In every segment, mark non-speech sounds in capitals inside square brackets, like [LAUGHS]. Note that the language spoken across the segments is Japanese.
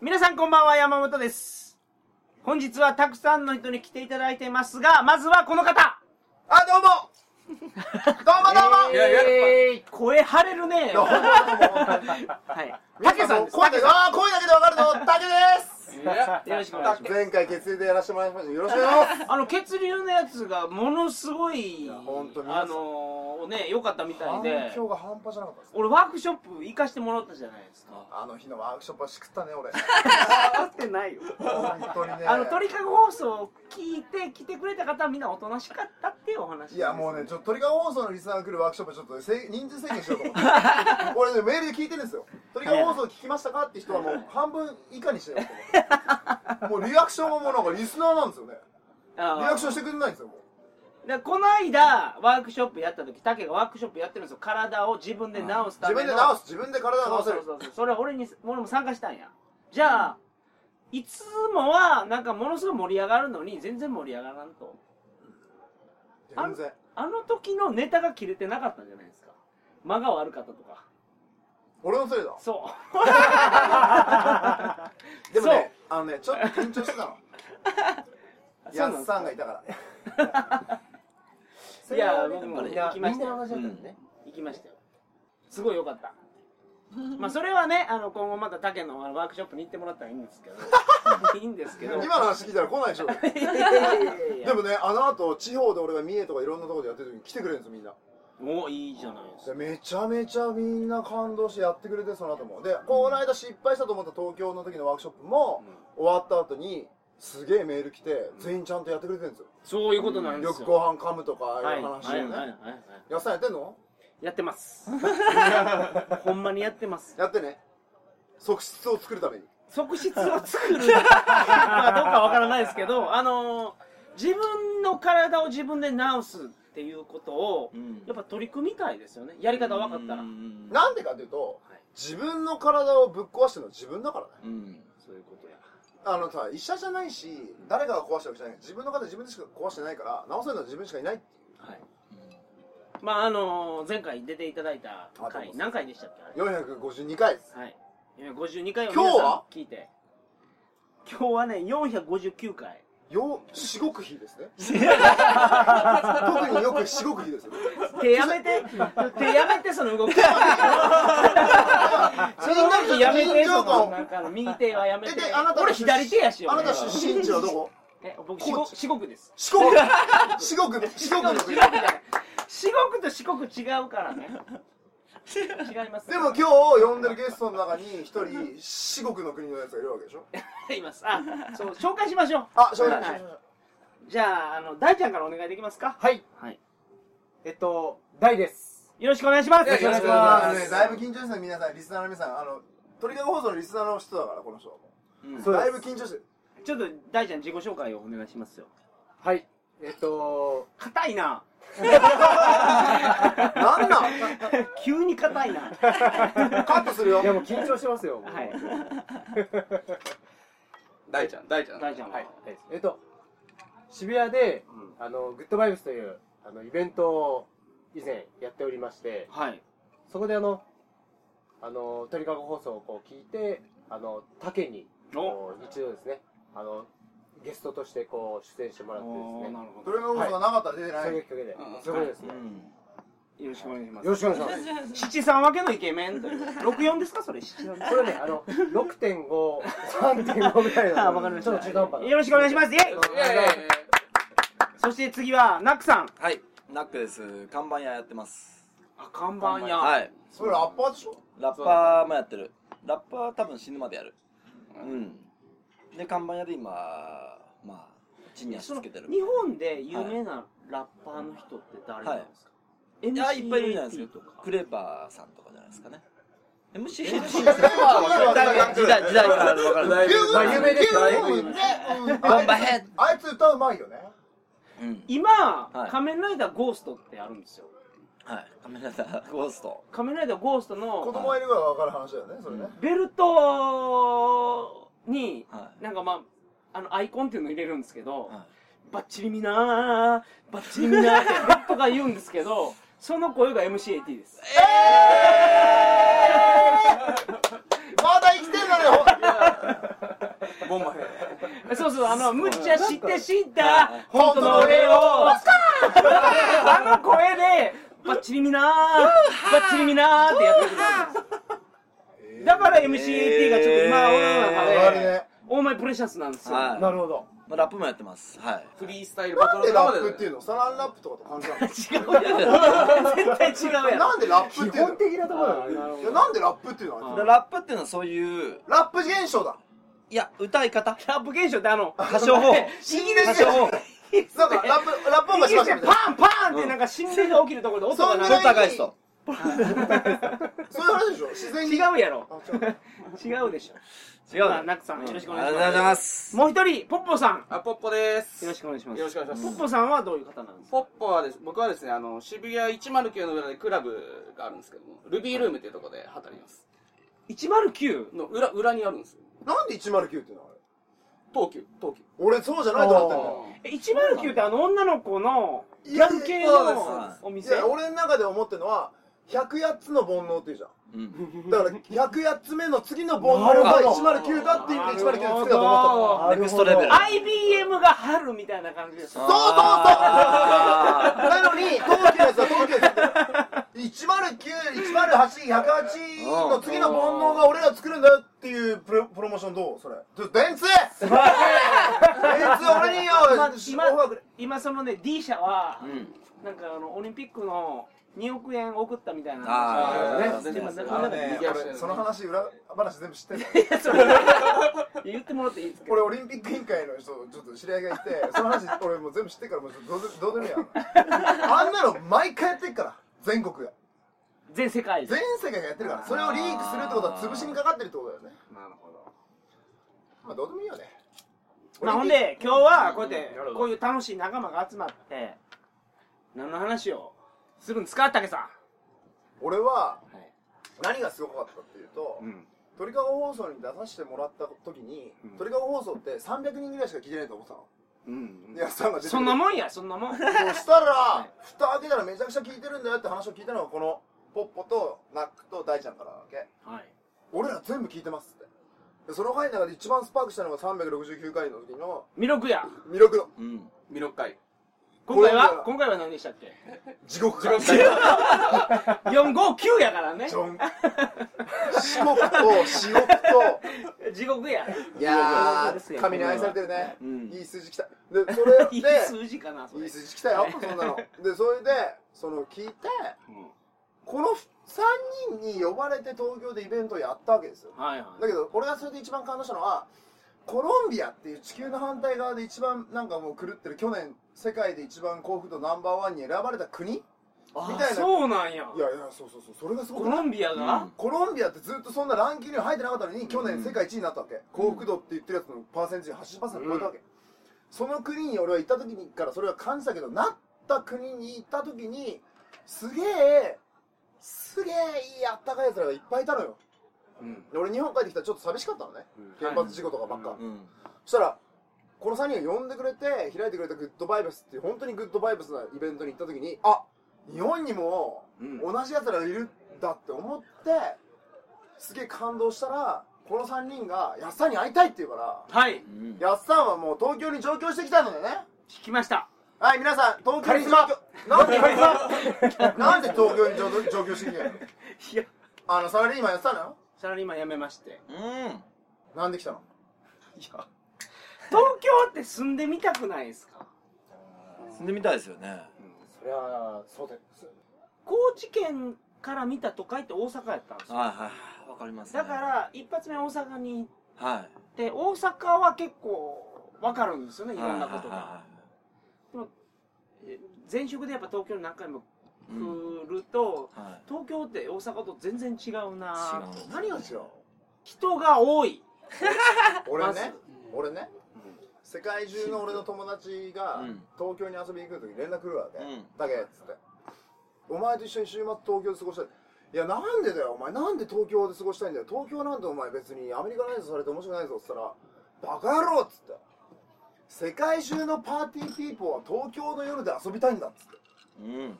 皆さんこんばんは、山本です。本日はたくさんの人に来ていただいてますが、まずはこの方あ、どうもどうもどうも、いやいや声腫れるねどうもはい。たけさん声だけ、あー声だけでわかるの、たけですいやよろしくお願いします。前回血流でやらせてもらいましたよろしくお願いしますあの、血流のやつがものすごい、やほんと皆さんあのー、ね、良かったみたい反で、響が半端じゃなかったです俺ワークショップ行かしてもらったじゃないですか。あの日のワークショップはしくったね、俺合ってないよ。本当に [LAUGHS] ねあの、鳥かご放送を聞いて来てくれた方はみんなおとなしかったっていうお話ですいやもうね、ちょっと鳥かご放送のリスナーが来るワークショップはちょっとせい人数制限しようと思って俺ね、メールで聞いてるんですよ鳥かご放送聞きましたかって人はもう半分以下にしようと思ってもうリアクションももうなんかリスナーなんですよねあーリアクションしてくれないんですよ、もうでこの間ワークショップやった時タケがワークショップやってるんですよ体を自分で治すた自めの分で直す、自分で体を直せそうるそうそうそうそれは俺に俺も参加したんやじゃあいつもはなんかものすごい盛り上がるのに全然盛り上がらんと全然あの時のネタが切れてなかったんじゃないですか間が悪かったとか俺のせいだそう [LAUGHS] でもね、あのね、ちょっと緊張してた [LAUGHS] の。やっさんがいたから。いや僕もあれ行きましたよみんな同じだったんだね行きましたよすごい良かったまあそれはねあの今後またタケのあのワークショップに行ってもらったらいいんですけ [LAUGHS] どいいんですけど今の話聞いたら来ないでしょ。いやいやいやいやでもね、あの後、地方で俺が三重とかいろんなところでやってる時に来てくれるんですよ、みんな。もういいじゃないですかでめちゃめちゃみんな感動してやってくれて、その後も。で、この間失敗したと思った東京の時のワークショップも、終わった後に、すげえメール来て、全員ちゃんとやってくれてるんですよ。そういうことなんでよすくよご飯噛むとか、ああはいいうはい話はいをはいはね。いやっさんやってんのやってます [LAUGHS] ほんまにやってますやってね。即室を作るために。側室を作るまあどうかわからないですけど [LAUGHS] あのー自分の体を自分で治すっていうことをやっぱ取り組みたいですよねやり方分かったらうんなんでかというとはい、自分の体をぶっ壊してるのは自分だからね。うんそういうことやあのさ、医者じゃないし、誰かが壊したわけじゃない。自分の体自分でしか壊してないから、治せるのは自分しかいないっていはいまああのー前回出ていただいたあどうも回何回でしたっけあれう。452回です。はい。52回を今皆日はさん聞いて。今日はね、459回。よ、至極比です [LAUGHS] ね。特によく至極比ですよ。手やめて、手やめて、その動き。その動きやめて、緊そ張の、感なんかあの右手はやめてえであな。た俺左手やしよ。あなた俺出身地はど [LAUGHS] こえ、僕、四国、四国です。四国四国四国の四国国じゃない四国と四国違うからね。違います。でも今日呼んでるゲストの中に一人、四国の国のやつがいるわけでしょ日、います。あ、そう、紹介しましょう。あ、紹介しはまいしょうじゃあ、あの、大ちゃんからお願いできますか。はい。はい。えっと、大です。よろしくお願いします。よろしくお願いしますあのね、だいぶ緊張してる皆さん、リスナーの皆さん、あの、鳥かご放送のリスナーの人だから、この人はもうんう。だいぶ緊張してる。ちょっと大ちゃん自己紹介をお願いしますよ。はい。えっと、硬いな。なんなん [LAUGHS] 急に硬いな。カットするよい。やもう緊張してますよ。もうはい。 [LAUGHS] 大ちゃん大ちゃん大ちゃんは。はい。大ですえっと、渋谷で、うあの、グッドバイブスという、あの、イベントを以前やっておりまして、はい。そこであの、あの、鳥かご放送をこう聞いて、あの、竹に、おこう一度ですね、あの、ゲストとしてこう、出演してもらってですね、ほトレーナー放送がなかったら出てない。それきっかけでうん、そこでですね、ど。よろしくお願いしまよろしくお願いします。す。七三分けのイケメンという。六四ですかそれ七三。 [LAUGHS] これね、あの、6.5、3.5ぐらいの。あわかりましたちょっと中途半端なよろしくお願いします。イェイいやいやいやいやそして次はナックさん。はいナックです看板屋やってますあ看板屋。はいそれラッパーでしょラッパーもやってるラッパー多分死ぬまでやるうんで看板屋で今まあ地に足そつのけてる日本で有名なラッパーの人って誰なんですか。いやいっぱいいるじゃないです MCAT かとかクレバーさんとかじゃないですかね MC は時代時代からあるわかる有まあ有名ですよねバンバヘッドあいつ歌うまいよね。うん今、はい仮面ライダーゴーストってあるんですよ。はいカメラだゴースト仮面ライダーゴースト子の供がいるから分かる話だよね、それね。ベルトに、はなんかまあ、あの、アイコンっていうの入れるんですけど、はバッチリ見なー、バッチリ見なーってラップが言うんですけ [LAUGHS] ど、その声が MCAT です。まだ生きてんだね、ほんまやそうそう、あの、無茶して知った、本当の俺を、あの声で、バッチリ見なー、バッチリ見なーってやってくれる。だから MCAT がちょっと今、俺のあ中れであれ、ねオーマイプレシャスなんですよ。はいなるほど。まあ、ラップもやってますはいフリースタイルバなトんルでドララマッでプっていうのサランラップとかと感じな違うやん。絶対違うやん。のなんでラップっ基ていう本的なところだよね。のいやなんでラップっていうのあはでラップっていうのはそういうラップ現象だいや歌い方ラップ現象ってあの、歌唱法イギリ歌ス唱法なんかラップラップ音がしましたみたい [LAUGHS] なパンパンってなんか心霊が起きるところで音がそ鳴んなるポターガイストそういう話でしょ自然に違うやろあ違う違うでし違うまあねナックさんよろしくお願いしますありがとうございますょもう一人ポッポさんあポッポですよろしくお願いしますよろしくお願いしポますッポさんはどういう方なんですかポッポはです僕はですねあの渋谷109の裏でクラブがあるんですけどもルビールームっていうところで働いてます109の裏裏にあるんですよなんで109っていうのあれ東急東急俺そうじゃないと思ってんだよえ109ってあの女の子のギャル系そうでのすおい店や俺の中で思ってるのは108つの煩悩っていうじゃんうんだから108つ目の次の煩悩が109だって言って109で作ったと思っなるほどネクストレベル IBM が春みたいな感じですうそうあたのなのに東急のやつは東急です109、108、108の次の煩悩が俺ら作るんだよっていうプロプロモーションどうそれ。ちょ、電通電通俺によ今オファーく今れ今そのね D 社はーうんなんかあのオリンピックの2億円送ったみたいなあ話ーをしてますね全然今なあのんかねいや俺その話裏話全部知ってんの言ってもらっていいですか俺オリンピック委員会の人ちょっと知り合いがいて [LAUGHS] その話俺もう全部知ってっからもうどうでどうでもいいや [LAUGHS] あんなの毎回やってっから全国が全世界で全世界がやってるからそれをリークするってことは潰しにかかってるってことだよねなるほどまあどうでもいいよねまあ、ほんで今日はこうやってこういう楽しい仲間が集まって何の話をするんですか武さん俺ははい何がすごかったっていうと、ん鳥かご放送に出させてもらった時に、うん鳥かご放送って300人ぐらいしか聞いてないと思ってたの、いやさんが出てそんなもんやそんな [LAUGHS] もんそしたら、はい蓋開けたらめちゃくちゃ聞いてるんだよって話を聞いたのがこのポッポとナックと大ちゃんからだけはい俺ら全部聞いてますってでその範囲の中で一番スパークしたのが369回の時の弥勒や魅力のうんミロッカイ今回これはは今回は何でしたっけ地獄か459やからねジョン四国と四国と地獄やいや地獄ですーよ神に愛されてるね、うんいい数字きたでそれで [LAUGHS] いい数字かなそいれい筋来たよ、そんなの。で、それで、その聞いて、この3人に呼ばれて東京でイベントをやったわけですよ。はいはだけど、俺がそれで一番感動したのは、コロンビアっていう地球の反対側で一番なんかもう狂ってる去年世界で一番幸福度ナンバーワンに選ばれた国みたいいな。あいそうなんややいや、そうそうそう、それがすごコくないロンビアが、コロンビアってずっとそんなランキングに入ってなかったのに、去年世界一位になったわけ。幸福度って言ってるやつのパーセンテージ80%超えたわけ。その国に俺は行った時にからそれは感じたけど、なった国に行った時に、すげえ、すげえいいあったかい奴らがいっぱいいたのよ。うんで俺日本帰ってきたらちょっと寂しかったのね。原発事故とかばっか。うんそしたら、この3人が呼んでくれて、開いてくれたグッドバイブスっていう、本当にグッドバイブスなイベントに行った時に、あ日本にもうん同じ奴らがいるんだって思って、すげえ感動したら、この3人が、やっさんに会いたいって言うから、はいうんやっさんはもう東京に上京してきたのでね。聞きましたはい、皆さん、東京に上京、なんで、なんで東京に上京上京してきたのいやあの、サラリーマンやってたのサラリーマン辞めましてうんなんで来たの東京って住んでみたくないですか住んでみたいですよねそりゃ、そうだよ。高知県から見た都会って大阪やったんですよはいはいわかりますねだから一発目大阪に行っはいて大阪は結構わかるんですよねいろんなことはいはがえ前職でやっぱ東京に何回もいはいうん来ると、はい東京って大阪と全然違うな違う何が違う人が多い俺まずね、俺ね、世界中の俺の友達がうん東京に遊びに来るとき連絡来るわけ、うんだけっつってお前と一緒に週末東京で過ごしたいいやなんでだよお前なんで東京で過ごしたいんだよ東京なんてお前別にアメリカ内とされて面白くないぞっつったらバカ野郎っつって世界中のパーティーピーポーは東京の夜で遊びたいんだっつってうん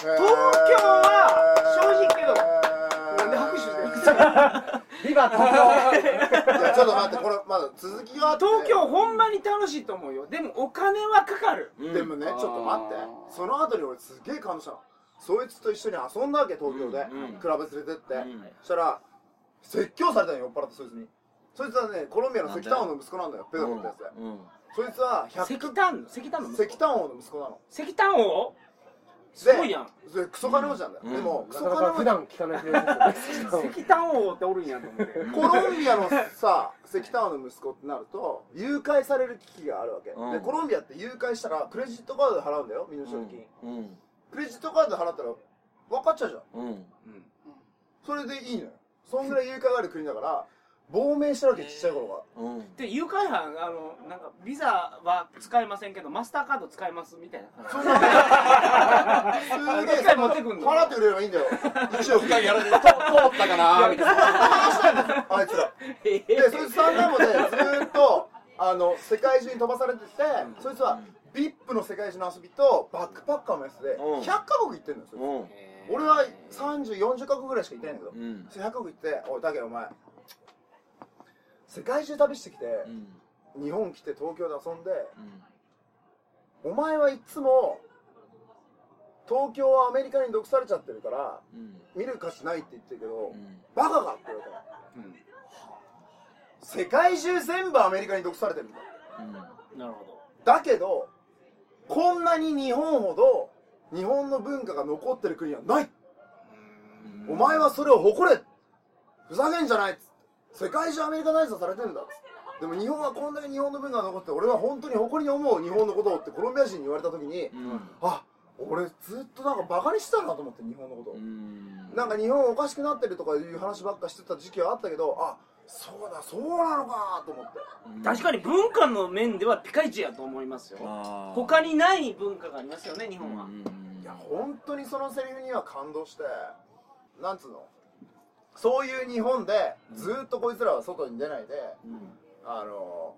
東京は正直言うなんなんで拍手してるビバ東京いやちょっと待ってこれまだ続きがあって東京ほんまに楽しいと思うよでもお金はかかるうんでもねちょっと待ってあーその後に俺すげえ感動したのそいつと一緒に遊んだわけ東京で、うんクラブ連れてって、うんそしたら説教されたのよ酔っ払ったそいつにそいつはねコロンビアの石炭王の息子なんだよペドロってやつで、うんそいつは石100炭の石炭の石炭王の息子なの石炭王ですごいやんそれクソ金持ちなんだよ、うんでもクなソかなか普金持段聞かないフレーズですね石炭王っておるんやと思ってちコロンビアのさ石炭王の息子ってなると誘拐される危機があるわけ、うんでコロンビアって誘拐したらクレジットカードで払うんだよ身代金、うんクレジットカードで払ったら分かっちゃうじゃんうんそれでいいのよそんぐらい誘拐がある国だから亡命したわけちっちゃい頃がうんで誘拐犯あのなんかビザは使えませんけどマスターカード使えますみたいなそんなのすげえ一回持ってくんの払ってくれればいいんだよ一応一回やられて通ったかなみたいなあいつらでそいつ三男もねずーっとあの世界中に飛ばされててそいつは VIP の世界中の遊びとバックパッカーのやつでうん100カ国行ってんのよそいつうん俺は3040カ国ぐらいしか行ってないんだけどうんそれ100カ国行って「おいだけどお前世界中旅してきてうん日本来て東京で遊んでお前はいつも東京はアメリカに毒されちゃってるからうん見る価値ないって言ってるけど、うんバカかって言われたの、世界中全部アメリカに毒されてるんだなるほどだけどこんなに日本ほど日本の文化が残ってる国はない、うんお前はそれを誇れふざけんじゃないっつって世界中アメリカ内査されてんだっつってでも日本はこんなに日本の文化が残って俺は本当に誇りに思う日本のことをってコロンビア人に言われた時に、うんあ俺ずっとなんかバカにしてたなと思って日本のこと、うんなんか日本おかしくなってるとかいう話ばっかしてた時期はあったけどあそうだそうなのかと思って確かに文化の面ではピカイチやと思いますよあー他にない文化がありますよね日本は、うんうんいや本当にそのセリフには感動してなんつうのそういう日本でずっとこいつらは外に出ないで、うんあの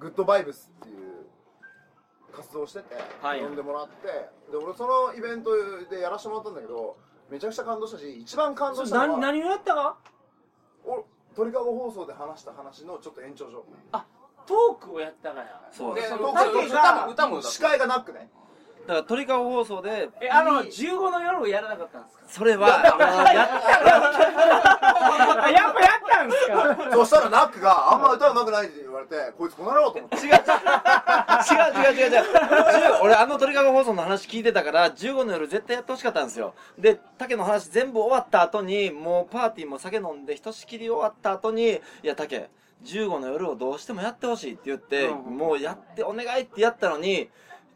グッドバイブスっていう活動をしてて、はい呼んでもらってで俺そのイベントでやらせてもらったんだけどめちゃくちゃ感動したし一番感そ動れしたの何は何をやったかお鳥かご放送で話した話のちょっと延長上トークをやったからそうでだそトのーク歌も歌も歌司会がなくねから鳥かご放送でえあの15の夜をやらなかったん [LAUGHS] ですかそれはやあやっぱやったんです [LAUGHS] かそしたらナックがあんま歌うまくないって言われてこいつこなろうと思って違う違う違う違う違う違う10俺あの鳥かご放送の話聞いてたから15の夜絶対やってほしかったんですよで竹の話全部終わった後にもうパーティーも酒飲んでひとしきり終わった後に「いや竹15の夜をどうしてもやってほしい」って言って、うんもうやってお願いってやったのに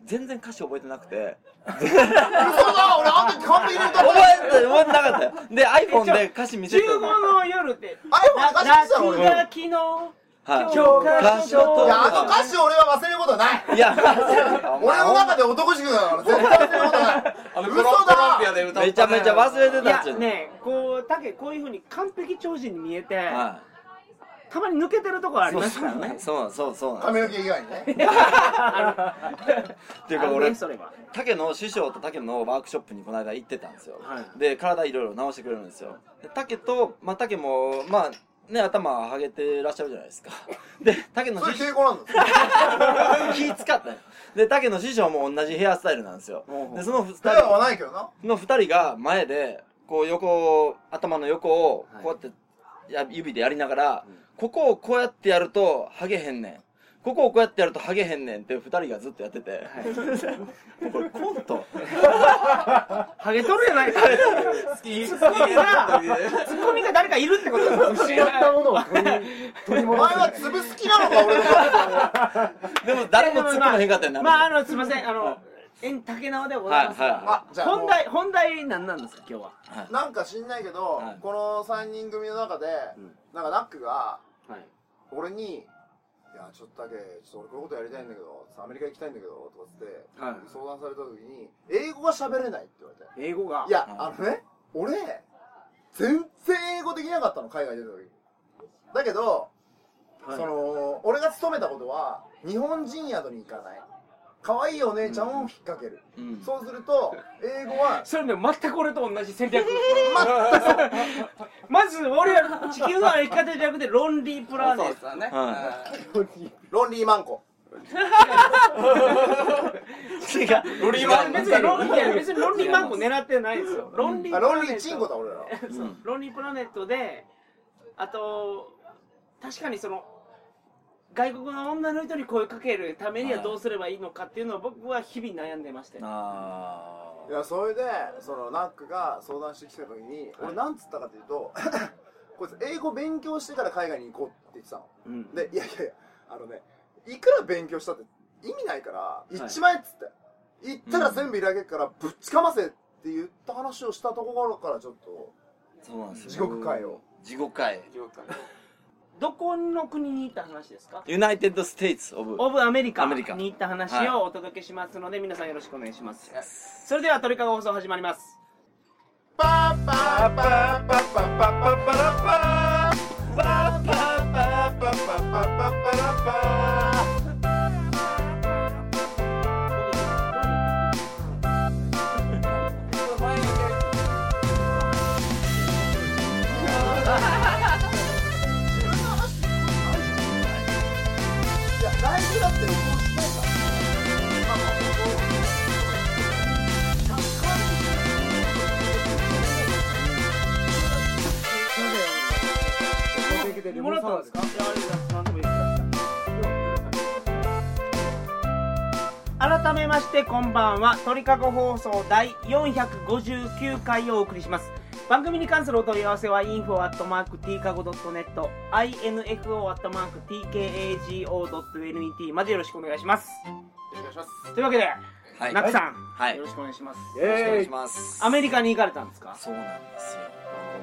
全然歌詞覚えてなくて嘘だ俺あん時完璧に歌った覚えて覚えてなかったよで iPhone で歌詞見せて15の夜ってあれも流してたの俺いや泣きのはい教科書とあの歌詞俺は忘れることはないいや俺の中で男塾だから絶対忘れることないあの嘘コロコロンビアだで歌っためちゃめちゃ忘れていたっやちゅうねこうタケこういうふうに完璧超人に見えて、はたまに抜けてるところあいりそうますからそうなねんそうそうそうなん髪の毛以外にねっていうか俺あのねそれは竹の師匠と竹のワークショップにこの間行ってたんですよ、はいで体いろいろ直してくれるんですよで竹と、まあ、竹もまあね頭はげてらっしゃるじゃないです [LAUGHS] かで竹のそれ師匠傾向なんだ気使ったよで竹の師匠も同じヘアスタイルなんですよでその二手は人ないけどなの二人が前でこう横を頭の横をこうやってや指でやりながら、ここをこうやってやるとハゲへんねんここをこうやってやるとハゲへんねんって二人がずっとやってて、 [LAUGHS] これコントハゲとるやないか好きツッコミがツッコミが誰かいるってことです失ったものを取り取りお戻前すは潰す気なのか俺のでも誰も突っ込まへんかったよな、まああのすいませんあの円竹縄でございますが、はいはいあじゃあも本う題本題何なんですか今日はなんか知んないけどはいこの3人組の中でなんかナックがはい俺に「いやちょっとだけちょっと俺こういうことやりたいんだけどアメリカ行きたいんだけど」とかつってはい相談された時に「英語が喋れない」って言われて英語がいや、はあのね、俺、全然英語できなかったの、海外出た時。だけど、はいその、俺が勤めたことは、日本人宿に行かない。可愛いお姉ちゃんを引っ掛ける、そうすると英語 [LAUGHS] はそれね、全く俺と同じ戦略。まず、俺は地球の歩き方じゃなくて、ロンリープラネそうッですよね。はロンリーマンコ違う。ロト。リいや別にロンいや別にロンリーマンコ狙ってないですよ。ロンリーあプラロネッンリト。ーチンコだ俺らそううんロンリープラネットで、あと、確かにその、外国の女の人に声かけるためにはどうすればいいのかっていうのを僕は日々悩んでまして。あいやそれでそのナックが相談してきた時に俺なんつったかというと [LAUGHS] こいつ英語勉強してから海外に行こうって言ってたのうんでいやいやいやあのねいくら勉強したって意味ないから行っちまえっつって、行ったら全部開けっからぶっちかませって言った話をしたところからちょっとそうなんですよ。地獄界を。地獄界。どこの国に行った話ですかユナイテッド・ステイツ・オブ。オブアメリカアメリカに行った話をお届けしますので、皆さんよろしくお願いします。はいそれでは、鳥かご放送始まります。パーパーパーパーパーパーパーパーパーパーパーパーパーパーパーパーパーいや大事だって録音しないからでレもモらンっサワたんでーですすかかいやあれです何でもいいです改めましてこんばんは鳥かご放送第459回をお送りします番組に関するお問い合わせは info.tkago.net info.tkago.net までよろしくお願いしますお願いします。というわけで、はい。ナックさん、はいよろしくお願いしますイよろしくお願エいーしイます。アメリカに行かれたんですかそうなんですよ。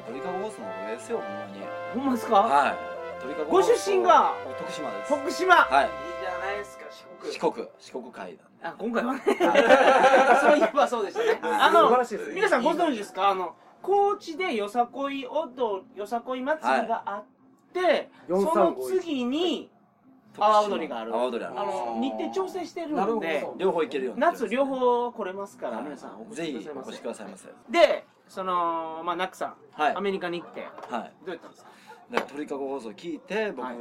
トリカゴ放送のおかげですよ、ほんまに。ほんまですかはい。鳥かごご出身が徳島です。徳島、はいいじゃないですか四四国、四国海なあんで。今回はね [LAUGHS] そういえばそうでしたねあ素晴のらしいですね皆さんご存知ですかあの高知でよさこいおどよさこい祭りがあって、そ435の次に阿波踊りがある阿波踊りあある。の日程調整してるなるんほでど両方行けるようになって夏るんです両ね。方来れますから、はい皆さんお越ぜしくださひいまおせ越しくださいませ。でそのまあナックさん、はいアメリカに行ってはい。どうやったんですかだから鳥かご放送聞いて僕、は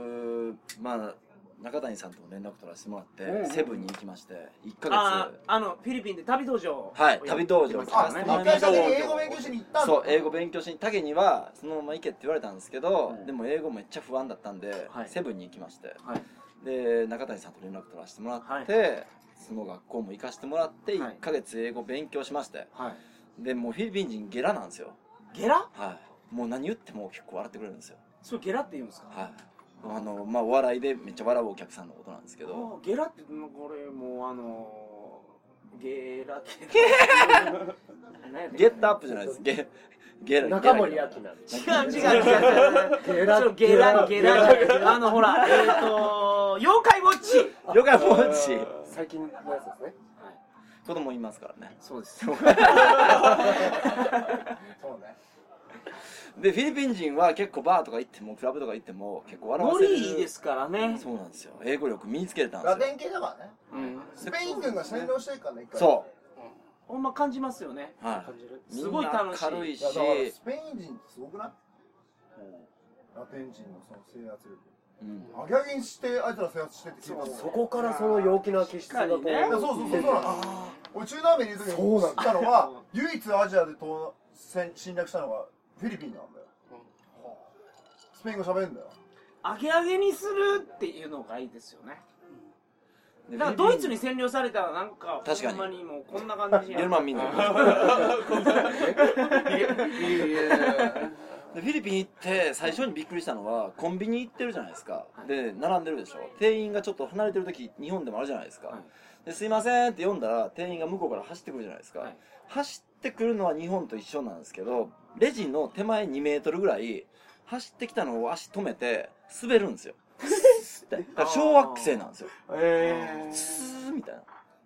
まあ中谷さんとも連絡取らせてもらって、うんうんセブンに行きまして1あかーあのフィリピンで旅道場はい旅道場をやってまあすあからね一回だけ英語勉強しに行ったんだ月そう英語勉強しに竹にはそのまま行けって言われたんですけど、うんでも英語めっちゃ不安だったんで、はいセブンに行きまして、はいで中谷さんと連絡取らせてもらって、その学校も行かせてもらってはい1か月英語勉強しまして、はいでもうフィリピン人ゲラなんですよゲラはいもう何言っても結構笑ってくれるんですよそれゲラって言うんですかはいあのまあお笑いでめっちゃ笑うお客さんのことなんですけど、あーゲラってなんか俺もうあのー、ゲラゲ [LAUGHS] ラゲットアップじゃないです。ゲ、ゲラ。中森明菜違う違う違う違うゲそうゲラゲラゲラあのほらえっ、と妖怪ウォッチよかもんち。最近のやつですね子供いますからね。そうですそうねで、フィリピン人は結構バーとか行っても、クラブとか行っても、結構笑わノせる。リいいですからねそうなんですよ。英語力身につけてたんラですテン系だからねうんスペイン軍が占領してるからね一回よ。そほんま感じますよねう。は感じるい。すごい楽しいみんな軽いいしやだ、からスペイン人ってすごくないラテン人のその制圧力うん。アゲアゲにしてあいつら制圧してって聞いたそこからその陽気な気質がこしっかりねいやそうそうそうそうなんです俺中南米にいる時にそう知なっんたのは唯一アジアで東戦侵略したのがフィリピンなんだよ、スペイン語喋るんだよアゲアゲにするっていうのがいいですよねでだからドイツに。占領されたらなんか確かにほんまにもうこんな感じフにィリピンゲルマン民族。でフィリピン行って最初にびっくりしたのはコンビニ行ってるじゃないですか、で並んでるでしょ店員がちょっと離れてる時日本でもあるじゃないですか、はいですいませんって読んだら店員が向こうから走ってくるじゃないですか、はい走ってくるのは日本と一緒なんですけどレジの手前2メートルぐらい走ってきたのを足止めて滑る [LAUGHS] んですよだから小学生なんですよえスーみたいな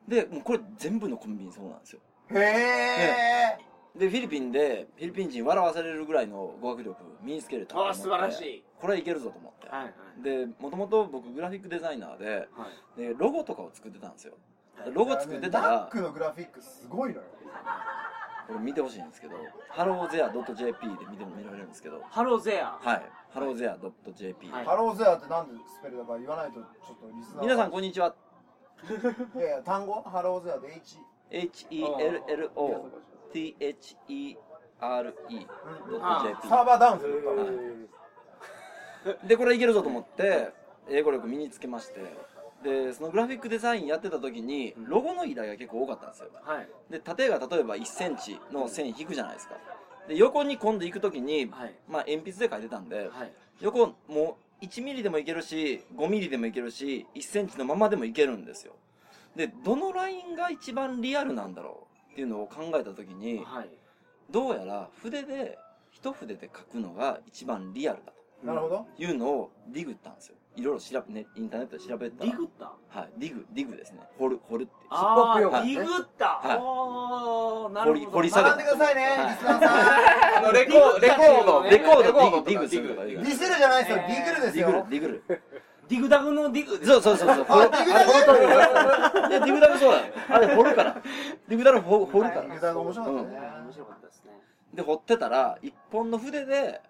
でもうこれ全部のコンビニそうなんですよへえ、でフィリピンでフィリピン人笑わされるぐらいの語学力身につけると思あっあて素晴らしいこれはいけるぞと思って、 [LAUGHS] はいはいでもともと僕グラフィックデザイナーではいでロゴとかを作ってたんですよロゴ作ってダたッらクのグラフィックすごいのよこれ見てほしいんですけどハローゼア .jp で見ても見られるんですけどハローゼア。はいハローゼア .jp はいハローゼアってなんでスペルだか言わないとちょっとリスナー皆さんこんにちはいやいや単語ハローゼアで H HELLOTHERE.jp あサーバーダウンするはいでこれいけるぞと思って英語力身につけましてでそのグラフィックデザインやってた時にロゴの依頼が結構多かったんですよはい。で縦が例えば1センチの線引くじゃないですかで横に今度行く時に、はい。まあ、鉛筆で書いてたんで、はい。横もう1ミリでもいけるし5ミリでもいけるし1センチのままでもいけるんですよでどのラインが一番リアルなんだろうっていうのを考えた時にはい。どうやら筆で一筆で書くのが一番リアルだとなるほどいうのをディグったんですよいろいろ調べ、ね、インターネットで調べたディらグったはいディグディグですね掘る掘るってああ、ヒップディホップ用語ねグった、はいおーなるほど。掘り掘り下げ学んでくださいねはいリスナーさんあのレコーレコードねレコードディレコグーディグするととかかディ言グうディスるじゃないですよえーディグルデですィグルよディグルディグダグのディグです。そうそうそうそう。あディグダグあ掘るからいやディグダグそうだよ。あれ掘る [LAUGHS] から。ディグダグ掘掘るかディらグ。ダグ面白かったね面白かったですね。で掘ってたら一本の筆ではい。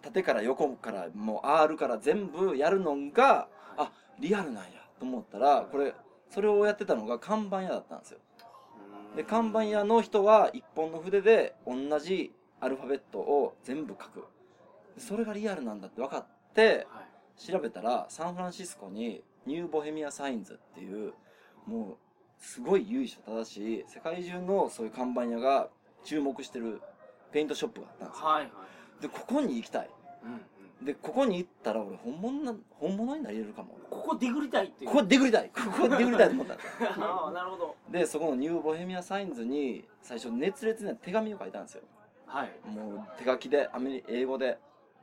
縦から横からもう R から全部やるのがあリアルなんやと思ったらこれそれをやってたのが看板屋だったんですよ。で看板屋の人は一本の筆で同じアルファベットを全部書く。それがリアルなんだって分かって。はい。調べたらサンフランシスコにニューボヘミアサインズっていうもうすごい由緒正しい世界中のそういう看板屋が注目してるペイントショップがあったんですよはい。はい。でここに行きたいうんうん。でここに行ったら俺本物な本物になり得るかもここディグりたいっていう。ここでぐりたいここでぐりたいと思ったんですよああ、なるほど。でそこのニューボヘミアサインズに最初熱烈な手紙を書いたんですよはい。もう手書きでアメリ英語で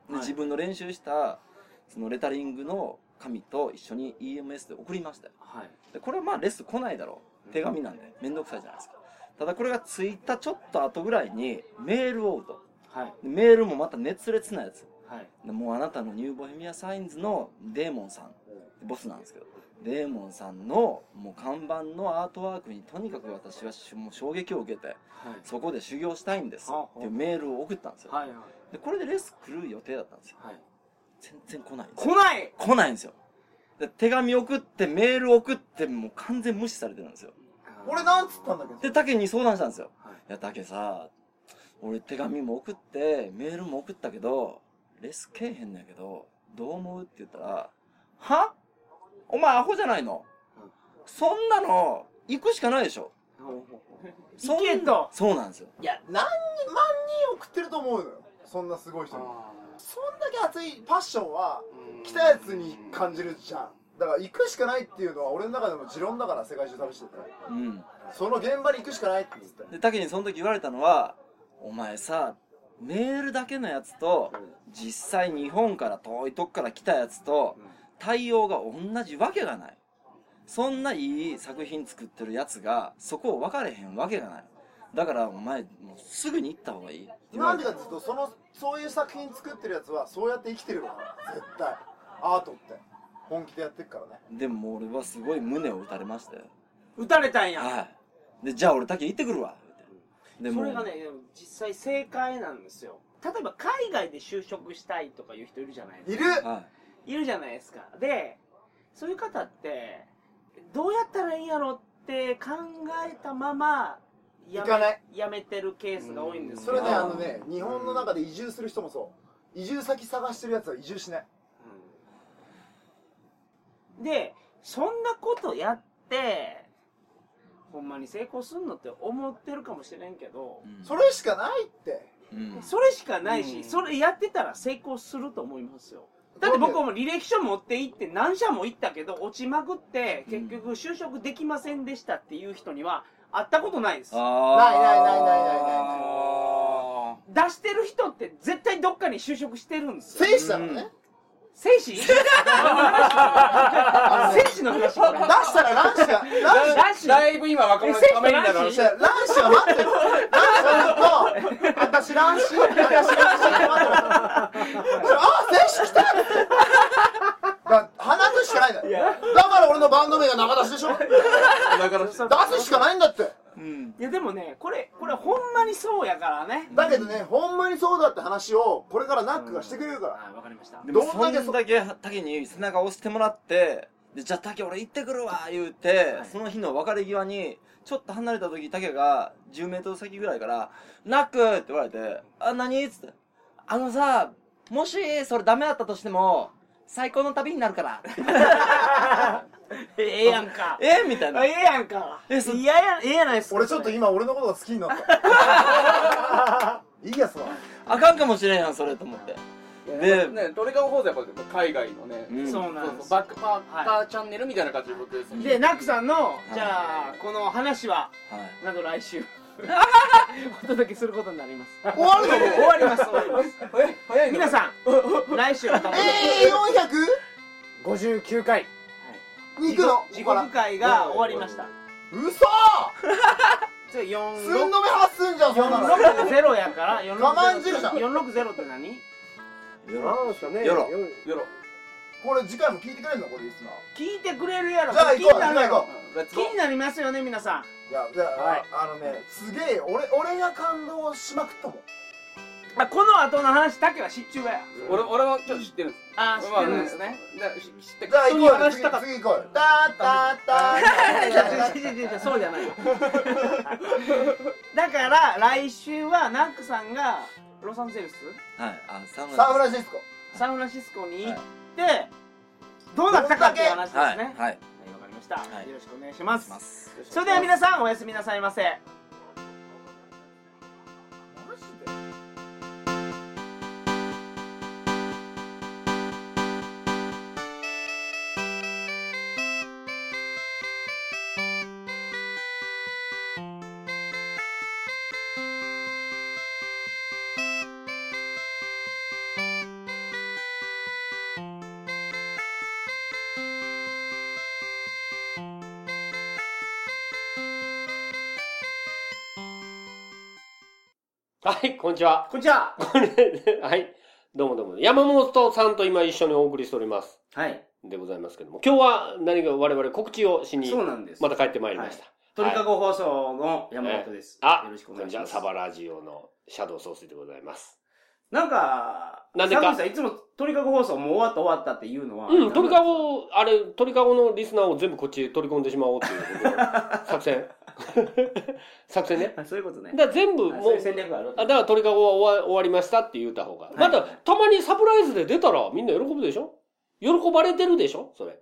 ではい自分の練習したそのレタリングの紙と一緒に EMS で送りましたよはい。でこれはまあレッスン来ないだろう手紙なんで面倒くさいじゃないですかただこれが着いたちょっと後ぐらいにメールを打とはい。うでメールもまた熱烈なやつはい。でもうあなたのニューボヘミアサインズのデーモンさんボスなんですけどデーモンさんのもう看板のアートワークにとにかく私はしもう衝撃を受けてはい。そこで修行したいんですああっていうメールを送ったんですよはい。はい。でこれでレッスン来る予定だったんですよはい。全然来ないんですよ来ない来ないんですよで手紙送ってメール送ってもう完全無視されてるんですよ俺なんつったんだっけで、タケに相談したんですよ。はいいや、タケさ、俺手紙も送って、メールも送ったけど、レスけえへんねんけど、どう思うって言ったら、はお前アホじゃないの、うんそんなの、行くしかないでしょそん行けとそうなんですよ。いや何万人送ってると思うのよそんなすごい人にそんだけ熱いパッションは来たやつに感じるじゃんだから行くしかないっていうのは俺の中でも持論だから世界中試しててうん。その現場に行くしかないって言ってたよで、タケにその時言われたのは、お前さ、メールだけのやつと、実際日本から遠いとこから来たやつと、対応が同じわけがない。そんないい作品作ってるやつが、そこを分かれへんわけがない。だから、お前、もうすぐに行った方がいい。なんでかっていうとそのそういう作品作ってるやつはそうやって生きてるから絶対アートって本気でやってるからねでももう俺はすごい胸を打たれまして。撃たれたんや。はい。で、じゃあ俺、竹行ってくるわ。でそもれがね、実際正解なんですよ。例えば海外で就職したいとかいう人いるじゃないですいか。るはいるじゃないですか。で、そういう方って、どうやったらいいんやろって考えたまま、や行かないめやめてるケースが多いんですそよれねああーのね日本の中で移住する人もそう移住先探してるやつは移住しないうんで、そんなことやって、ほんまに成功すんのって思ってるかもしれんけどい。、うんそれしかないってうん。それしかないし、うんそれやってたら成功すると思いますよ。だって僕も履歴書持って行って何社も行ったけど落ちまくって結局就職できませんでしたっていう人には会ったことないです。あないないないないないないないあ出してる人って絶対どっかに就職してるんですよ。精子だからね精子あの精子の話こ出れしたら卵子が卵子ラッシュだいぶ今若者のためになるえ話セじゃあ卵子が待ってる卵子がと私卵子私卵 [LAUGHS] 子って待ってるあ精子来ただから鼻くしかないんだよだから俺ののバンド名が中出しでしょだから出すしかないんだってうんいやでもねこれこれほんまにそうやからねだけどねほんまにそうだって話をこれからナックがしてくれるからあわかりましたでもどんだけそそんだけ竹に背中を押してもらってでじゃあ竹俺行ってくるわ言うてその日の別れ際にちょっと離れた時竹が1 0ル先ぐらいから「ナック!」って言われて「あ何?」っつって「あのさもしそれダメだったとしても最高の旅になるから」ええやんかええみたいなえやんかえそいややええやないっすか俺ちょっとそれ今俺のことが好きになったいいやつだあかんかもしれんやんそれと思ってで、ね、トリガー放送やっぱ海外のね、うんそうそうなんでそうすバックパッカーチャンネルみたいな感じで僕そのでナックさんのいじゃあこの話ははいなど来週お届けすることになります終わるの終わります終わります早い早い皆さん来週お楽しみにえー、 59回 400? に行くの地ここから獄会が終わりました嘘 [LAUGHS] それす4んのめ発すんじゃんそんなの460やから我慢汁じゃん460って何なんですかねよろよよろこれ次回も聞いてくれんのこれリスナー聞いてくれるやろじゃあ気行こにうなるやじゃろあ行こレッツ気ゴーになりますよね皆さんいやじゃあ、はいあのねすげえ俺俺が感動しまくったもんあこの後の話だけは失注や俺俺はちょっと知ってるんですああ知ってるんですねまあね知ってるじゃあ行人こうによ話したかった次次行こうよタッタッタいやいッタッやいやいやいやそうじゃないよだから来週はナックさんがロサンゼルスはいあサウナサンフランシスコサンフランシスコに行って、どうなったかっていう話ですねははいいわ、はいかりました、はいよろしくお願いしますしますそれでは皆さんおやすみなさいませマジではい、こんにちは。こんにちは [LAUGHS] はい、どうもどうも。山本さんと今一緒にお送りしております。はいでございますけども、今日は何か我々告知をしに、そうなんですまた帰ってまいりました。鳥かご放送の山本です、あ、よろしくお願いしじゃまあすサバラジオのシャドウ総帥でございます。なんかなんでかサンフランシスコさんいつも鳥かご放送もう終わった終わったっていうのはうん、鳥かなんかご、あれ、鳥かごのリスナーを全部こっちへ取り込んでしまおうっていうこ [LAUGHS] と作戦作戦ね。あそういうことねだから全部あもそうういう、戦略があるわけあだから鳥かごは終わ終わりましたって言った方が。いまだ、たまにサプライズで出たらみんな喜ぶでしょ喜ばれてるでしょそれ。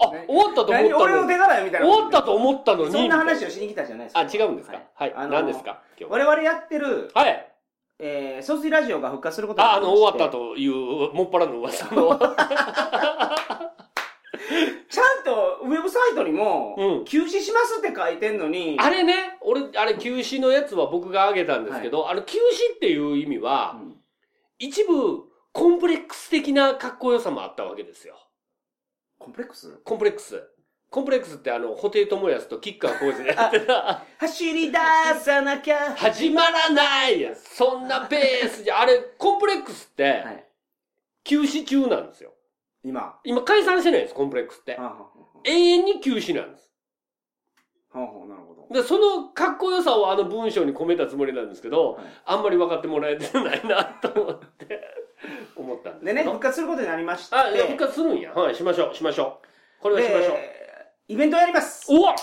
あ、 [LAUGHS] ね終わったと思っ何俺たののに。手柄やみたいな終わったと思ったのに。そんな話をしに来たじゃないですあ、違うんですかはい。あのー何ですか今日。我々やってる、はい。えー、総水ラジオが復活することになあ、ありまの、して終わったという、もっぱら [LAUGHS] の噂の。ちゃんとウェブサイトにも、うん休止しますって書いてんのに、あれね、俺、あれ、休止のやつは僕が挙げたんですけど、あの、休止っていう意味は、うん一部、コンプレックス的なかっこよさもあったわけですよ。コンプレックスコンプレックス。コンプレックスってあの、布袋寅泰とキッカー浩二でやってた、走り出さなきゃ。始まらないやそんなペースじゃ、あれ、コンプレックスってはい、休止中なんですよ。今。今解散してないんです、コンプレックスっては。あ、は永遠に休止なんです。あ、はあはあ、なるほど。で、そのかっこよさをあの文章に込めたつもりなんですけど、はいあんまり分かってもらえてないなと思って、思ったんですでけね、ど復活することになりまして、あ、いや復活するんや。はい、しましょう、しましょう。これはしましょう。でイベントやりますうわ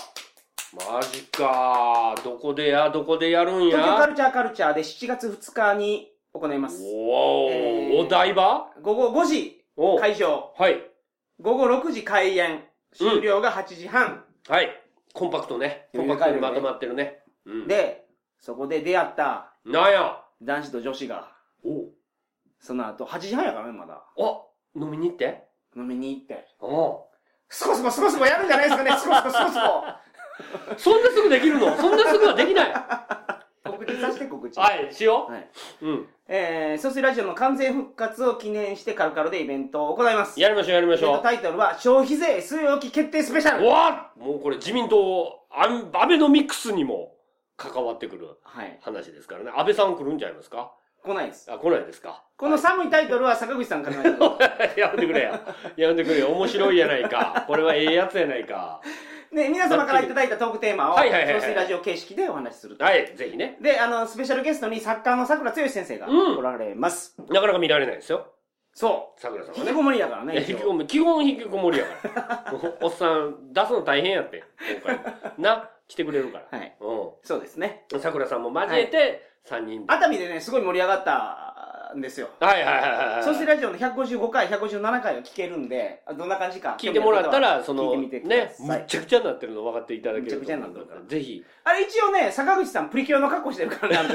マジかどこでや、どこでやるん東京カやルチャーカルチャーで7月2日に行います。おお、えーお台場午後5時おはい。会場、午後6時開演、終了が8時半。はい。コンパクトね。コンパクトにまとまってるね。うん。で、そこで出会ったなんや男子と女子が、おその後8時半やからね、まだ。あ飲みに行って飲みに行って。おスコスコスコスコやるんじゃないですかね、スコスコスコスそんなすぐできるのそんなすぐはできない [LAUGHS] コ。告知させて告知。はい、しよう。はいうん。えー、ソースラジオの完全復活を記念してカルカルでイベントを行います。やりましょう、やりまイしベンょトタイトルは、消費税据え置き決定スペシャう。うル。わもうこれ自民党、アンアベノミクスにも関わってくるはい。話ですからね。安倍さん来るんじゃないですか来ないです。あ、来ないですか。 [LAUGHS] この寒いタイトルは坂口さん考えてる。やめてくれや。やめてくれよ。面白いやないか。これはええやつやないか。ね、皆様からいただいたトークテーマを、はいはいはいはい総水ラジオ形式でお話しすると。はい、ぜひね。で、あの、スペシャルゲストに作家の桜剛先生がうん来られます。なかなか見られないですよ。そ桜さんう。は引ねき。こもりだからね。いや一応引きこもり基本引きこもりやから。 [LAUGHS] おっさん、出すの大変やって。今回。な、来てくれるから。はい。うそうですね。ん。桜さんも交えて、3人で。熱海でね、すごい盛り上がったんですよ。はいはいはいはいはい。総水ラジオの155回、157回が聞けるんで、どんな感じか。聞いてもらったら、そ興味ある方は聞の、いてみてくだね、さいむちゃくちゃになってるの分かっていただけると思う。むちゃくちゃになってるからぜひ。あれ一応ね、坂口さんプリキュアの格好してるからね、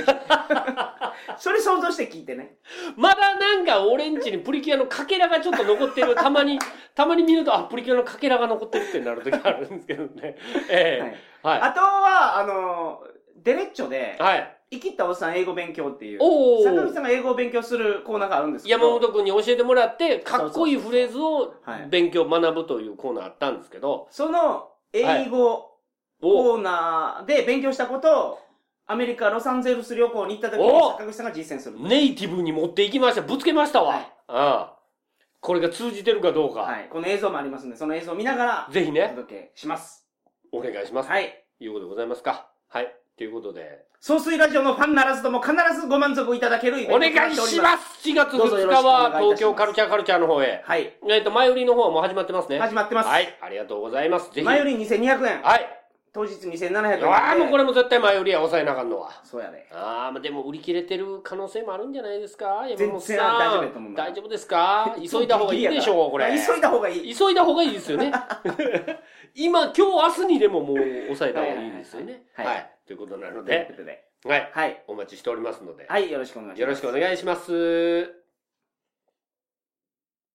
あの [LAUGHS] 時。それ想像して聞いてね。まだなんか俺んちにプリキュアのかけらがちょっと残ってる。たまに、たまに見ると、あ、プリキュアのかけらが残ってるってなる時あるんですけどね。ええはい。あとは、あの、デレッチョで、はい。生きったおっさん英語勉強っていう、お坂口おさんが英語を勉強するコーナーがあるんですけど、山本君に教えてもらって、かっこいいフレーズをはい勉強、学ぶというコーナーあったんですけど、その英語おコーナーで勉強したことを、アメリカ・ロサンゼルス旅行に行った時にお坂口さんが実践する。ネイティブに持っていきました。ぶつけましたはわい。ああこれが通じてるかどうかは、い。この映像もありますんで、その映像を見ながら、ぜひおね、届けします。お願いします。。はいい。いうことでございますか。はい。ということで、総水ラジオのファンならずとも必ずご満足いただけるイベントおとな願っいております。します。4月どうぞ2よ日ろしくお願いいたしまはす東京カルチャーカルチャーの方へ。はい。えっと、前売りの方はもう始まってますね。始まってます。はい。ありがとうございます。ぜひ。前より2200円。はい。当日2700円なんで。ああ、もうこれも絶対前売りは抑えなあかんのは。そうやで。ああ、まあでも売り切れてる可能性もあるんじゃないですか山本さん。全然大丈夫やと思う大丈夫です [LAUGHS] か急いだ方がいいでしょう、これ。急いだ方がいい。急いだ方がいいですよね。 [LAUGHS] 今、今日、明日にでももう抑えた方がいいですよね。ははいはいいはいということなのというでこ、とで。はい。はい。お待ちしておりますので、はい、よろしくお願いします。よろしくお願いします。